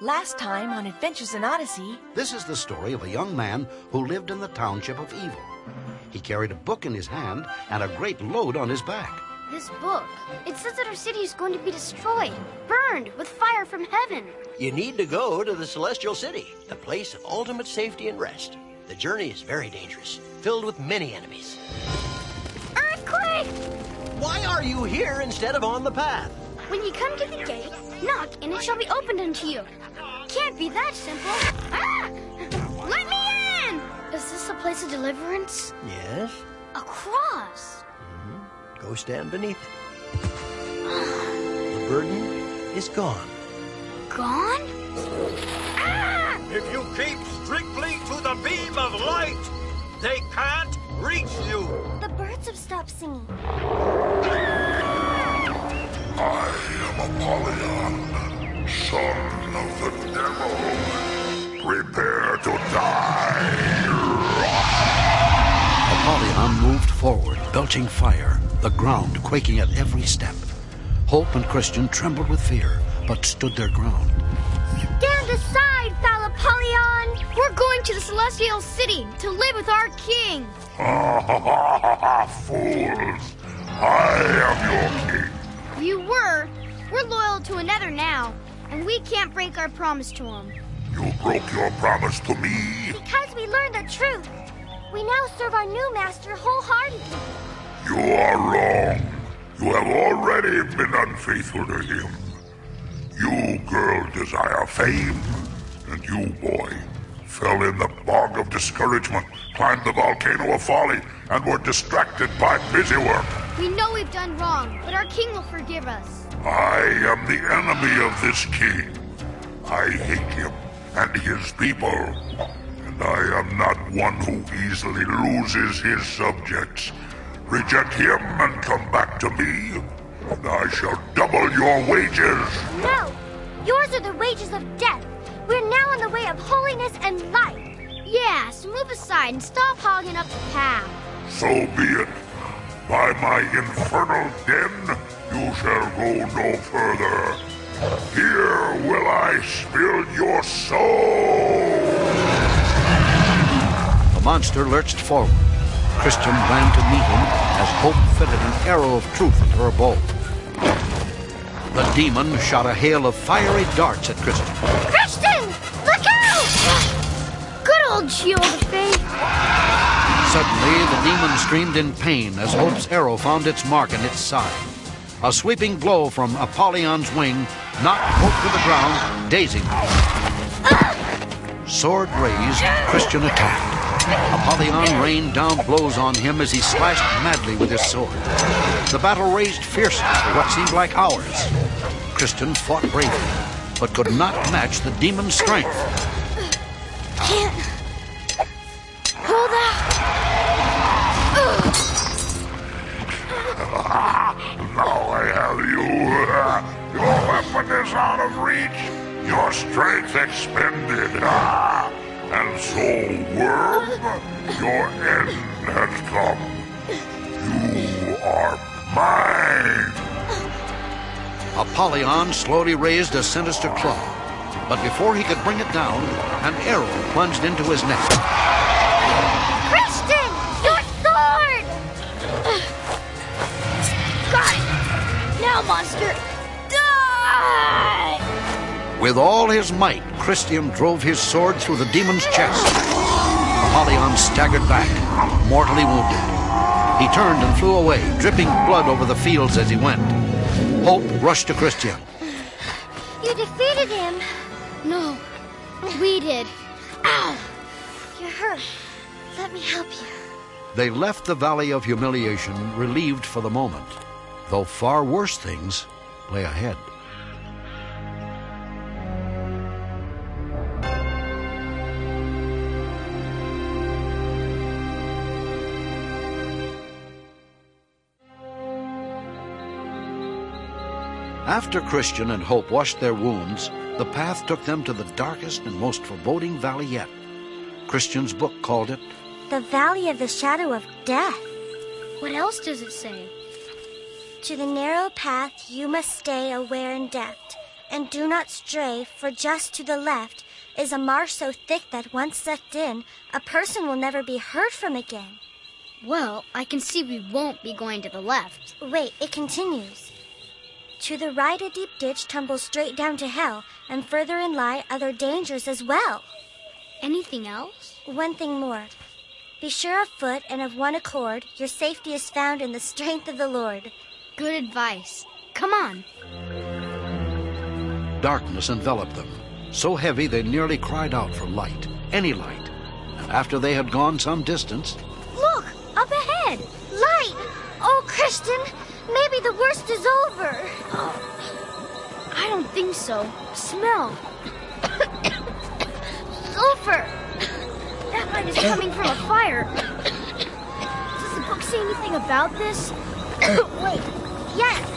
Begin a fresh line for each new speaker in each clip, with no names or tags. Last time on Adventures in Odyssey,
This is the story of a young man who lived in the township of Evil. He carried a book in his hand and a great load on his back.
This book. It says that our city is going to be destroyed, burned with fire from heaven.
You need to go to the Celestial City, the place of ultimate safety and rest. The journey is very dangerous, filled with many enemies.
Earthquake!
Why are you here instead of on the path?
When you come to the gate, knock and it shall be opened unto you. Can't be that simple. Ah! Let me in! Is this a place of deliverance?
Yes,
A cross?
go stand beneath it. The burden is gone.
Gone? Ah!
If you keep strictly to the beam of light, they can't reach you.
The birds have stopped singing.
I am Apollyon, son of the devil. Prepare to die.
Apollyon moved forward, belching fire, the ground quaking at every step. Hope and Christian trembled with fear, but stood their ground.
Stand aside, foul Apollyon! We're going to the Celestial City to live with our king!
Fools, I am your king.
You were. We're loyal to another now, and we can't break our promise to him.
You broke your promise to me.
Because we learned the truth, we now serve our new master wholeheartedly.
You are wrong. You have already been unfaithful to him. You, girl, desire fame, and you, boy, fell in the bog of discouragement, climbed the volcano of folly, and were distracted by busy work.
We know we've done wrong, but our king will forgive us.
I am the enemy of this king. I hate him and his people, and I am not one who easily loses his subjects. Reject him and come back to me, and I shall double your wages.
No! Yours are the wages of death. We're now on the way of holiness and light. Yeah, so move aside and stop hogging up the path.
So be it. By my infernal den, you shall go no further. Here will I spill your soul.
The monster lurched forward. Christian ran to meet him as Hope fitted an arrow of truth into her bow. The demon shot a hail of fiery darts at Christian.
Christian! Look out! Good old shield of faith.
Suddenly, the demon screamed in pain as Hope's arrow found its mark in its side. A sweeping blow from Apollyon's wing knocked Hope to the ground, dazing her. Sword raised, Christian attacked. Apollyon rained down blows on him as he slashed madly with his sword. The battle raged fiercely for what seemed like hours. Christian fought bravely, but could not match the demon's strength.
Can't. Hold out. Ugh.
Now I have you. Your weapon is out of reach. Your strength expended. Ah, and so, worm, your end has come. You are mine.
Apollyon slowly raised a sinister claw, but before he could bring it down, an arrow plunged into his neck.
Christian! Your sword! Ugh. Got it! Now, monster, die!
With all his might, Christian drove his sword through the demon's chest. Apollyon staggered back, mortally wounded. He turned and flew away, dripping blood over the fields as he went. Hope rushed to Christian.
You defeated him. No, we did. Ow! You're hurt. Let me help you.
They left the Valley of Humiliation relieved for the moment, though far worse things lay ahead. After Christian and Hope washed their wounds, the path took them to the darkest and most foreboding valley yet. Christian's book called it
The valley of the shadow of death.
What else does it say?
To the narrow path you must stay aware and deft,
And do not stray, for just to the left is a marsh so thick that once sucked in, a person will never be heard from again.
Well, I can see we won't be going to the left.
Wait, it continues. To the right, a deep ditch tumbles straight down to hell, and further in lie other dangers as well.
Anything else?
One thing more. Be sure of foot and of one accord, your safety is found in the strength of the Lord.
Good advice. Come on.
Darkness enveloped them, so heavy they nearly cried out for light, any light. And after they had gone some distance,
Look, up ahead! Light! Oh, Christian, maybe the worst is over.
I don't think so. Smell. Sulfur. That light is coming from a fire. Does the book say anything about this?
Wait, yes.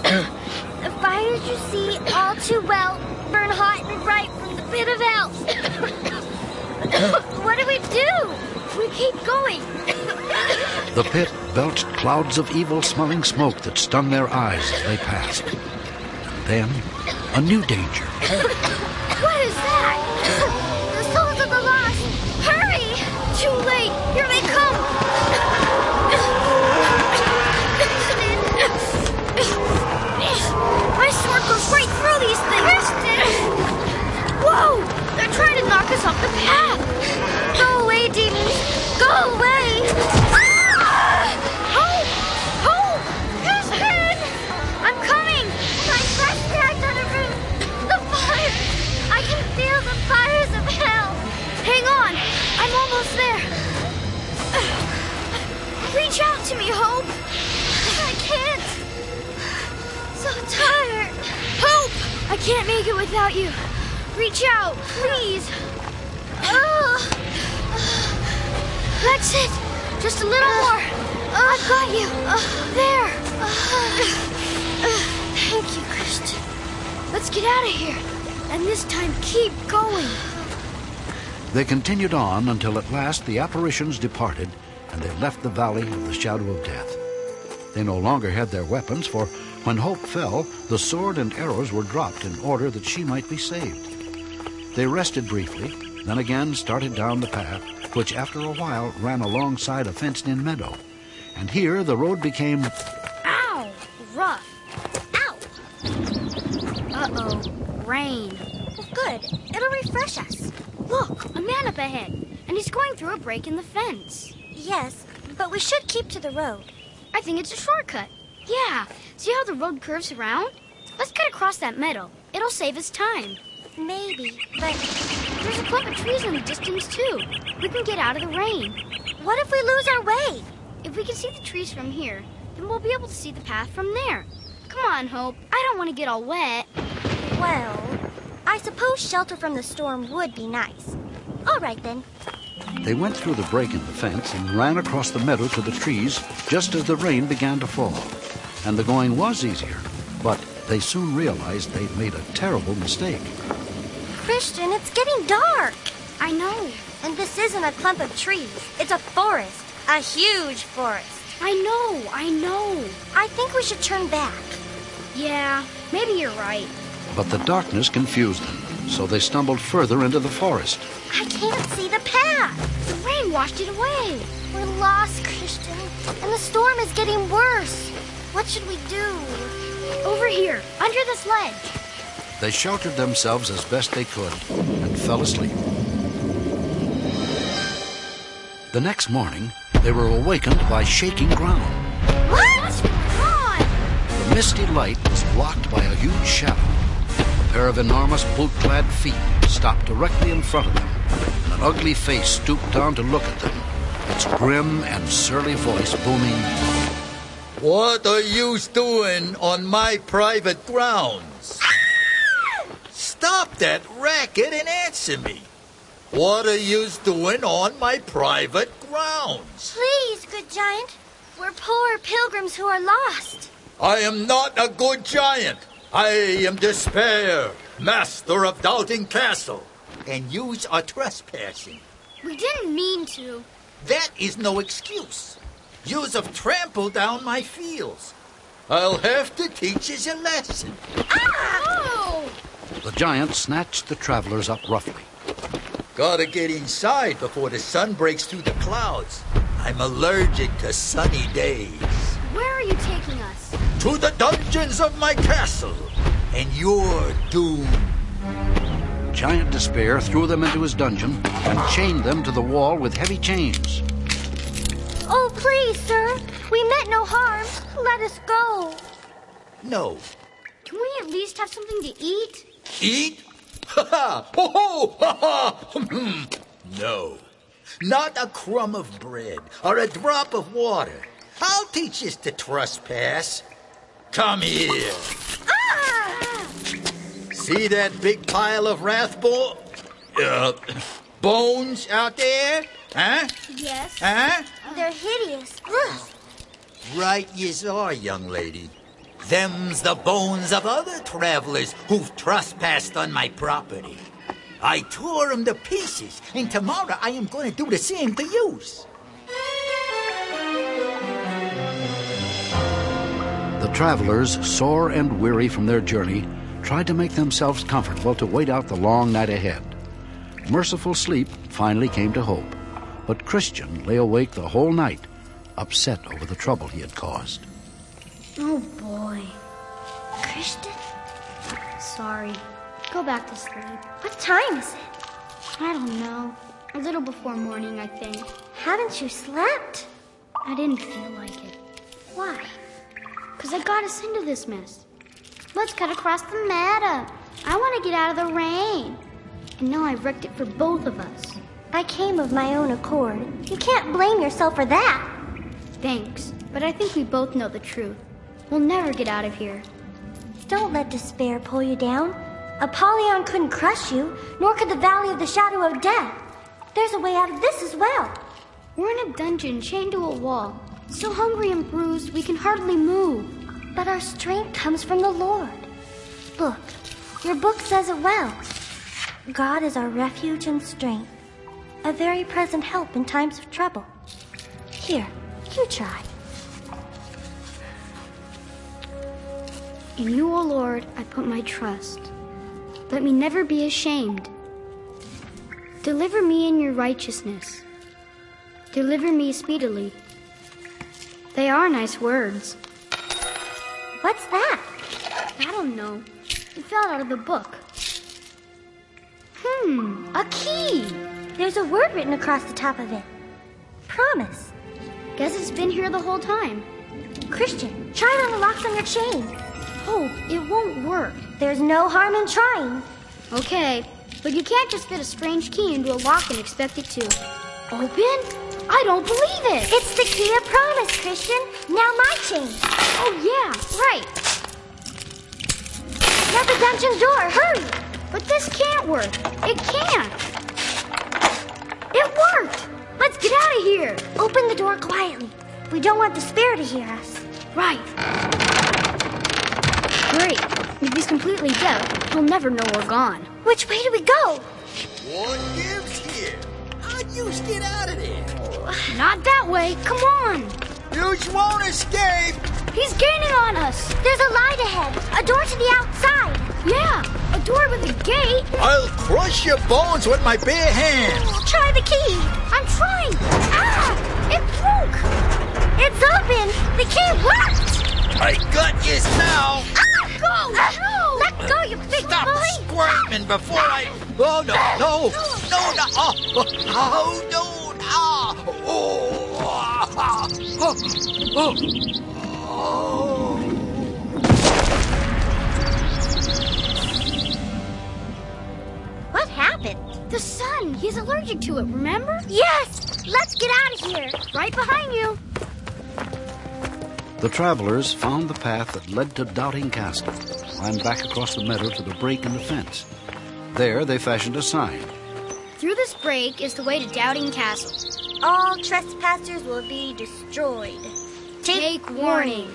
the fires you see all too well burn hot and bright from the pit of hell. what do we do? We keep going.
the pit belched clouds of evil smelling smoke that stung their eyes as they passed. And then, a new danger.
What is that? the souls of the lost. Hurry! Too late. Here they come.
My sword goes right through these things. Whoa! They're trying to knock us off the path.
Go away, demons. Go away. Ah! Help! Help! Christian! I'm coming. My flesh dragged on a root. The fire. I can feel the fires of hell.
Hang on. I'm almost there. Reach out to me, Hope. I can't. So tired. Hope! I can't make it without you. Reach out, please. Oh. That's it. Just a little more. I've got you. there. Thank you, Kristen. Let's get out of here. And this time, keep going.
They continued on until at last the apparitions departed and they left the valley of the shadow of death. They no longer had their weapons, for when Hope fell, the sword and arrows were dropped in order that she might be saved. They rested briefly, then again started down the path, which after a while ran alongside a fenced in meadow. And here the road became
Ow! Rough. Ow! Uh oh. Rain.
Good. It'll refresh us.
Look, a man up ahead, and he's going through a break in the fence.
Yes, but we should keep to the road.
I think it's a shortcut. Yeah. See how the road curves around? Let's cut across that meadow. It'll save us time.
Maybe, but
There's a clump of trees in the distance, too. We can get out of the rain.
what if we lose our way?
If we can see the trees from here, then we'll be able to see the path from there. Come on, Hope. I don't want to get all wet.
Well, I suppose shelter from the storm would be nice. All right then.
They went through the break in the fence and ran across the meadow to the trees just as the rain began to fall. And the going was easier, but they soon realized they'd made a terrible mistake.
Christian, it's getting dark.
I know.
And this isn't a clump of trees, it's a forest. A huge forest.
I know. I know.
I think we should turn back.
Yeah, maybe you're right.
But the darkness confused them, so they stumbled further into the forest.
I can't see the path.
The rain washed it away.
We're lost, Christian. And the storm is getting worse. What should we do?
Over here, under this ledge.
They sheltered themselves as best they could and fell asleep. The next morning, they were awakened by shaking ground.
What? Come on!
The misty light was blocked by a huge shadow. A pair of enormous boot clad feet stopped directly in front of them, and an ugly face stooped down to look at them, its grim and surly voice booming.
What are you doing on my private grounds? Stop that racket and answer me. What are you doing on my private grounds?
Please, good giant. We're poor pilgrims who are lost.
I am not a good giant. I am Despair, master of Doubting Castle. And yous are trespassing.
We didn't mean to.
That is no excuse. Yous have trampled down my fields. I'll have to teach us a lesson.
Ah! Oh!
The giant snatched the travelers up roughly.
Gotta get inside before the sun breaks through the clouds. I'm allergic to sunny days.
Where are you taking us?
To the dungeons of my castle, and you're doomed.
Giant Despair threw them into his dungeon and chained them to the wall with heavy chains.
Oh, please, sir. We meant no harm. Let us go.
No.
Can we at least have something to eat?
Eat? Ha ha! Ho ho! Ha ha! Hmm. no. Not a crumb of bread or a drop of water. I'll teach us to trespass. Come here.
Ah!
See that big pile of wrathbore? Uh, bones out there? Huh?
Yes.
Huh?
They're hideous. Look.
Right yes are, young lady. Them's the bones of other travelers who've trespassed on my property. I tore 'em to pieces, and tomorrow I am going to do the same to yous.
The travelers, sore and weary from their journey, tried to make themselves comfortable to wait out the long night ahead. Merciful sleep finally came to hope, but Christian lay awake the whole night, upset over the trouble he had caused.
Oh, boy. Kristen? Sorry. Go back to sleep. What time is it? I don't know. A little before morning, I think. Haven't you slept? I didn't feel like it. Why? Because I got us into this mess. Let's cut across the meadow. I want to get out of the rain. And now I've wrecked it for both of us. I came of my own accord. You can't blame yourself for that. Thanks, but I think we both know the truth. We'll never get out of here.
Don't let despair pull you down. Apollyon couldn't crush you, nor could the Valley of the Shadow of Death. There's a way out of this as well.
We're in a dungeon chained to a wall. So hungry and bruised, we can hardly move.
But our strength comes from the Lord. Look, your book says it well. God is our refuge and strength, a very present help in times of trouble. Here, you try.
In you, O Lord, I put my trust. Let me never be ashamed. Deliver me in your righteousness. Deliver me speedily. They are nice words.
What's that?
I don't know. It fell out of the book. Hmm, a key.
There's a word written across the top of it. Promise.
Guess it's been here the whole time.
Christian, try it on the locks on your chain.
Hope Oh, it won't work.
There's no harm in trying.
Okay, but you can't just fit a strange key into a lock and expect it to open. I don't believe it.
It's the key of promise, Christian. Now my chain.
Oh yeah, right.
Now the dungeon door. Hurry.
But this can't work. It can't. It worked. Let's get out of here.
Open the door quietly. We don't want despair to hear us.
Right. Great. If he's completely deaf, he'll never know we're gone.
Which way do we go?
What gives here? How'd yous get out of there?
Not that way. Come on.
Yous won't escape.
He's gaining on us.
There's a light ahead, a door to the outside.
Yeah, a door with a gate.
I'll crush your bones with my bare hands.
Try the key.
I'm trying. Ah! It broke.
It's open. The key worked.
I got yous now.
Go. no.
Let go, you big
Stop
bully.
squirming before I. Oh, no, no, no, no. Oh, oh, no. Ah, oh, ah, oh, oh, oh.
What happened?
The sun. He's allergic to it. Remember?
Yes. Let's get out of here.
Right behind you.
The travelers found the path that led to Doubting Castle, climbed back across the meadow to the break in the fence. There they fashioned a sign.
Through this break is the way to Doubting Castle.
All trespassers will be destroyed.
Take warning.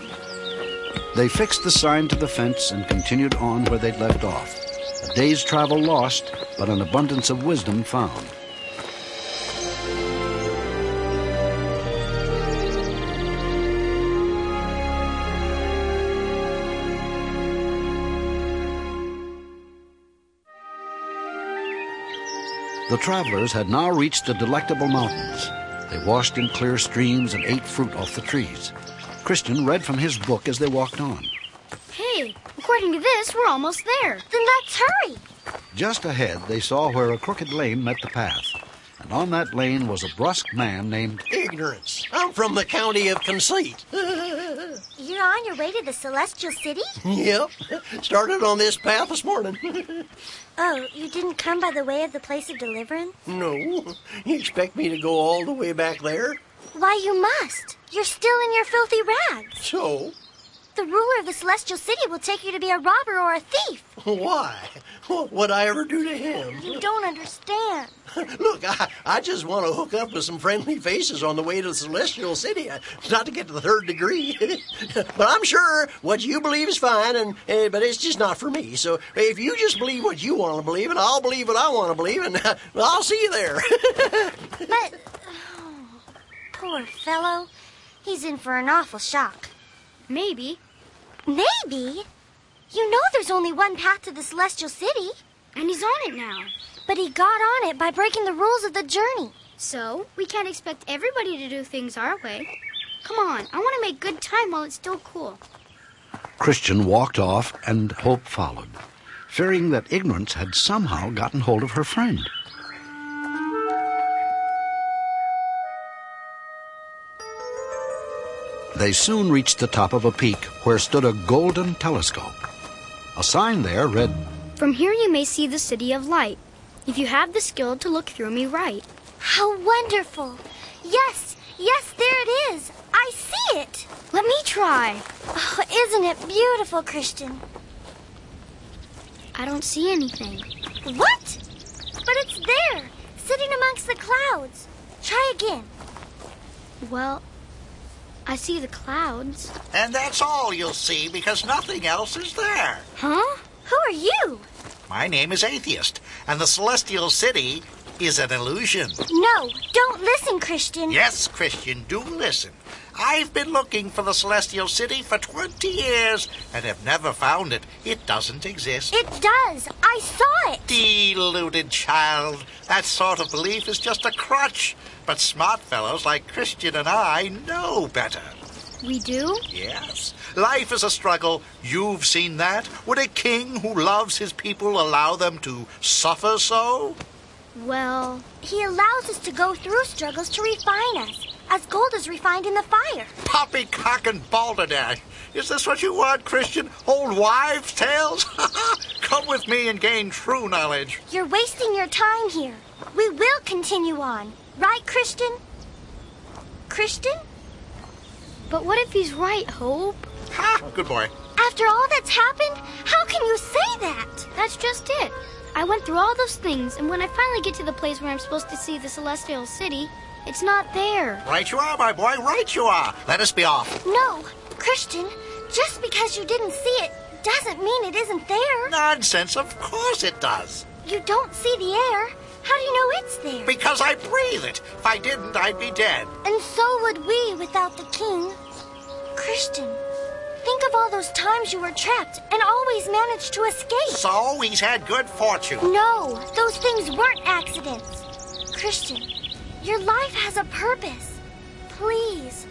They fixed the sign to the fence and continued on where they'd left off. A day's travel lost, but an abundance of wisdom found. The travelers had now reached the Delectable Mountains. They washed in clear streams and ate fruit off the trees. Christian read from his book as they walked on.
Hey, according to this, we're almost there.
Then let's hurry.
Just ahead, they saw where a crooked lane met the path. And on that lane was a brusque man named.
Ignorance. I'm from the county of conceit.
You're on your way to the Celestial City?
yep. Started on this path this morning.
Oh, you didn't come by the way of the place of deliverance?
no. You expect me to go all the way back there?
Why, you must. You're still in your filthy rags.
So?
The ruler of the Celestial City will take you to be a robber or a thief.
Why? What would I ever do to him?
You don't understand.
Look, I, I just want to hook up with some friendly faces on the way to the Celestial City, uh, not to get to the third degree. but I'm sure what you believe is fine, and uh, but it's just not for me. So if you just believe what you want to believe, and I'll believe what I want to believe, and uh, I'll see you there.
But. oh, poor fellow. He's in for an awful shock.
Maybe.
Maybe? You know there's only one path to the Celestial City,
And he's on it now.
but he got on it by breaking the rules of the journey.
So, we can't expect everybody to do things our way. Come on, I want to make good time while it's still cool.
Christian walked off, and Hope followed, fearing that Ignorance had somehow gotten hold of her friend. They soon reached the top of a peak where stood a golden telescope. A sign there read,
From here, you may see the City of Light, if you have the skill to look through me right.
How wonderful! Yes, yes, there it is! I see it!
Let me try.
Oh, isn't it beautiful, Christian?
I don't see anything.
What? But it's there, sitting amongst the clouds. Try again.
Well, I see the clouds.
And that's all you'll see because nothing else is there.
Huh?
Who are you?
My name is Atheist, and the Celestial City is an illusion.
No, don't listen, Christian.
Yes, Christian, do listen. I've been looking for the Celestial City for 20 years and have never found it. It doesn't exist.
It does. I saw it.
Deluded child. That sort of belief is just a crutch. But smart fellows like Christian and I know better.
We do?
Yes. Life is a struggle. You've seen that. Would a king who loves his people allow them to suffer so?
Well,
He allows us to go through struggles to refine us, as gold is refined in the fire.
Poppycock and balderdash. Is this what you want, Christian? Old wives' tales? Come with me and gain true knowledge.
You're wasting your time here. We will continue on. Right, Christian? Christian?
but what if he's right, Hope?
Ha! Good boy.
After all that's happened, how can you say that?
That's just it. I went through all those things, and when I finally get to the place where I'm supposed to see the Celestial City, it's not there.
Right you are, my boy. Right you are. Let us be off.
No, Christian, just because you didn't see it doesn't mean it isn't there.
Nonsense. Of course it does.
You don't see the air. How do you know it's there?
Because I breathe it. If I didn't, I'd be dead.
And so would we without the king. Christian, think of all those times you were trapped and always managed to escape.
So he's had good fortune.
No, those things weren't accidents. Christian, your life has a purpose. Please,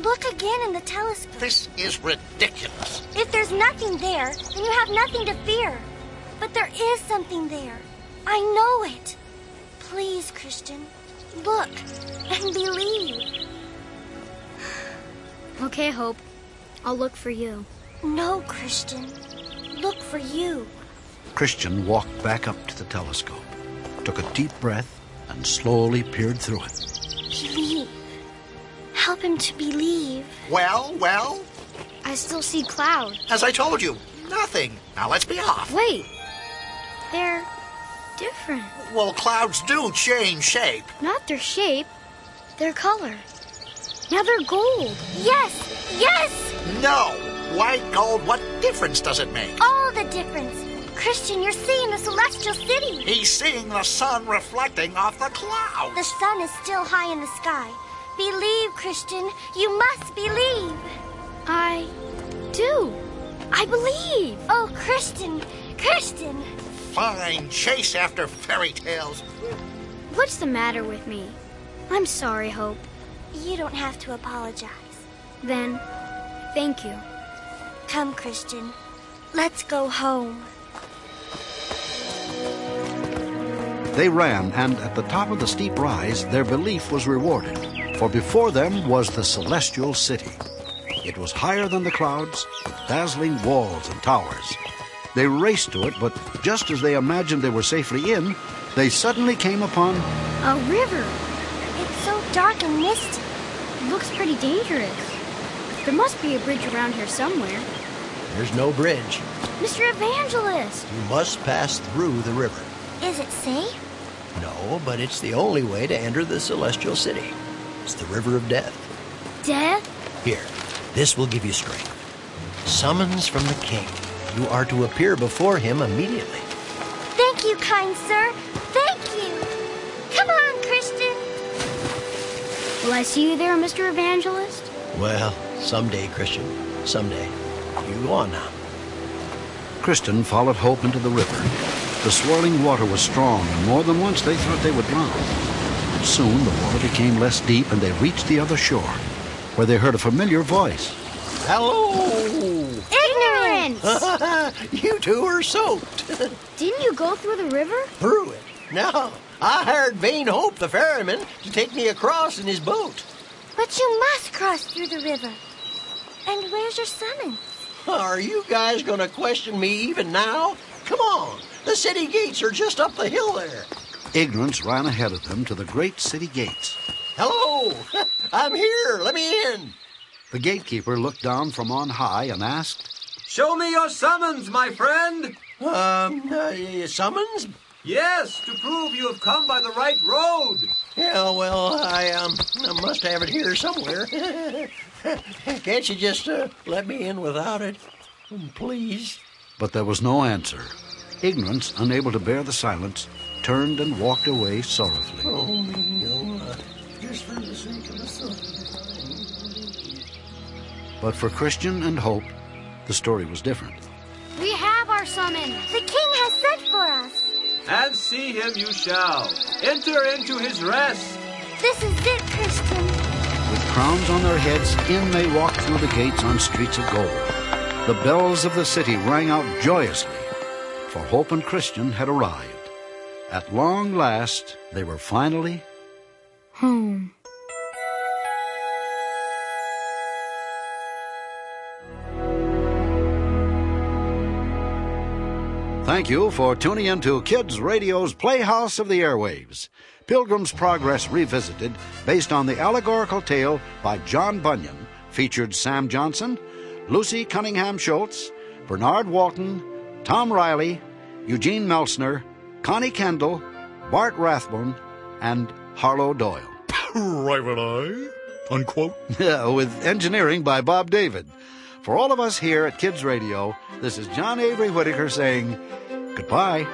look again in the telescope.
This is ridiculous.
If there's nothing there, then you have nothing to fear. But there is something there. I know it. Please, Christian, look and believe.
Okay, Hope. I'll look for you.
No, Christian, look for you.
Christian walked back up to the telescope, took a deep breath, and slowly peered through it.
Believe. Help him to believe.
Well, well,
I still see clouds.
as I told you, nothing. Now let's be off.
Wait. They're different.
Well, clouds do change shape.
Not their shape, their color. Now they're gold.
Yes, yes!
No. White gold, what difference does it make?
All the difference. Christian, you're seeing the celestial city.
He's seeing the sun reflecting off the
The
clouds.
sun is still high in the sky. Believe, Christian. You must believe.
I do. I believe.
Oh, Christian, Christian.
Fine chase after fairy tales.
What's the matter with me? I'm sorry, Hope.
You don't have to apologize.
Then, thank you.
Come, Christian. Let's go home.
They ran, and at the top of the steep rise, their belief was rewarded, for before them was the celestial city. It was higher than the clouds, with dazzling walls and towers. They raced to it, but just as they imagined they were safely in, they suddenly came upon
a river.
It's so dark and misty.
It looks pretty dangerous. There must be a bridge around here somewhere.
There's no bridge.
Mr. Evangelist!
You must pass through the river.
Is it safe?
No, but it's the only way to enter the celestial city. It's the river of death.
Death?
Here, this will give you strength. Summons from the king. You are to appear before him immediately.
Thank you, kind sir. Thank you. Come on, Christian.
Will I see you there, Mr. Evangelist?
Well, someday, Christian. Someday. You go on now.
Kristen followed Hope into the river. The swirling water was strong, and more than once they thought they would drown. Soon the water became less deep, and they reached the other shore, where they heard a familiar voice.
Hello!
Ignorance!
you two are soaked.
Didn't you go through the river?
Through it? No. I hired Vain Hope, the ferryman, to take me across in his boat.
But you must cross through the river. And where's your summons?
Are you guys going to question me even now? Come on. The city gates are just up the hill there.
Ignorance ran ahead of them to the great city gates.
Hello! I'm here. Let me in.
The gatekeeper looked down from on high and asked,
Show me your summons, my friend.
Um, uh, summons?
Yes, to prove you have come by the right road.
Yeah, well, I, um, I must have it here somewhere. Can't you just uh, let me in without it? Please?
But there was no answer. Ignorance, unable to bear the silence, turned and walked away sorrowfully.
Oh, no. Uh, just for the sake of the sun.
But for Christian and Hope, the story was different.
We have our summons.
The king has sent for us.
And see him you shall. Enter into his rest.
This is it, Christian.
With crowns on their heads, in they walked through the gates on streets of gold. The bells of the city rang out joyously, for Hope and Christian had arrived. At long last, they were finally
home.
Thank you for tuning in to Kids Radio's Playhouse of the Airwaves, Pilgrim's Progress Revisited, based on the allegorical tale by John Bunyan, featured Sam Johnson, Lucy Cunningham Schultz, Bernard Walton, Tom Riley, Eugene Melsner, Connie Kendall, Bart Rathbone, and Harlow Doyle.
Rival unquote.
With engineering by Bob David. For all of us here at Kids Radio, this is John Avery Whitaker saying goodbye.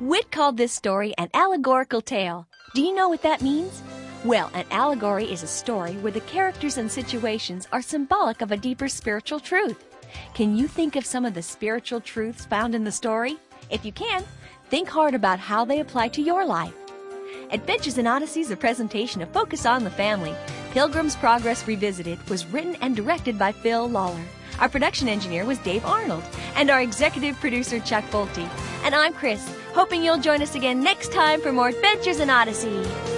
Witt called this story an allegorical tale. Do you know what that means? Well, an allegory is a story where the characters and situations are symbolic of a deeper spiritual truth. Can you think of some of the spiritual truths found in the story? If you can, think hard about how they apply to your life. Adventures in Odyssey is a presentation of Focus on the Family. Pilgrim's Progress Revisited was written and directed by Phil Lawler. Our production engineer was Dave Arnold, and our executive producer, Chuck Bolte. And I'm Chris, hoping you'll join us again next time for more Adventures in Odyssey.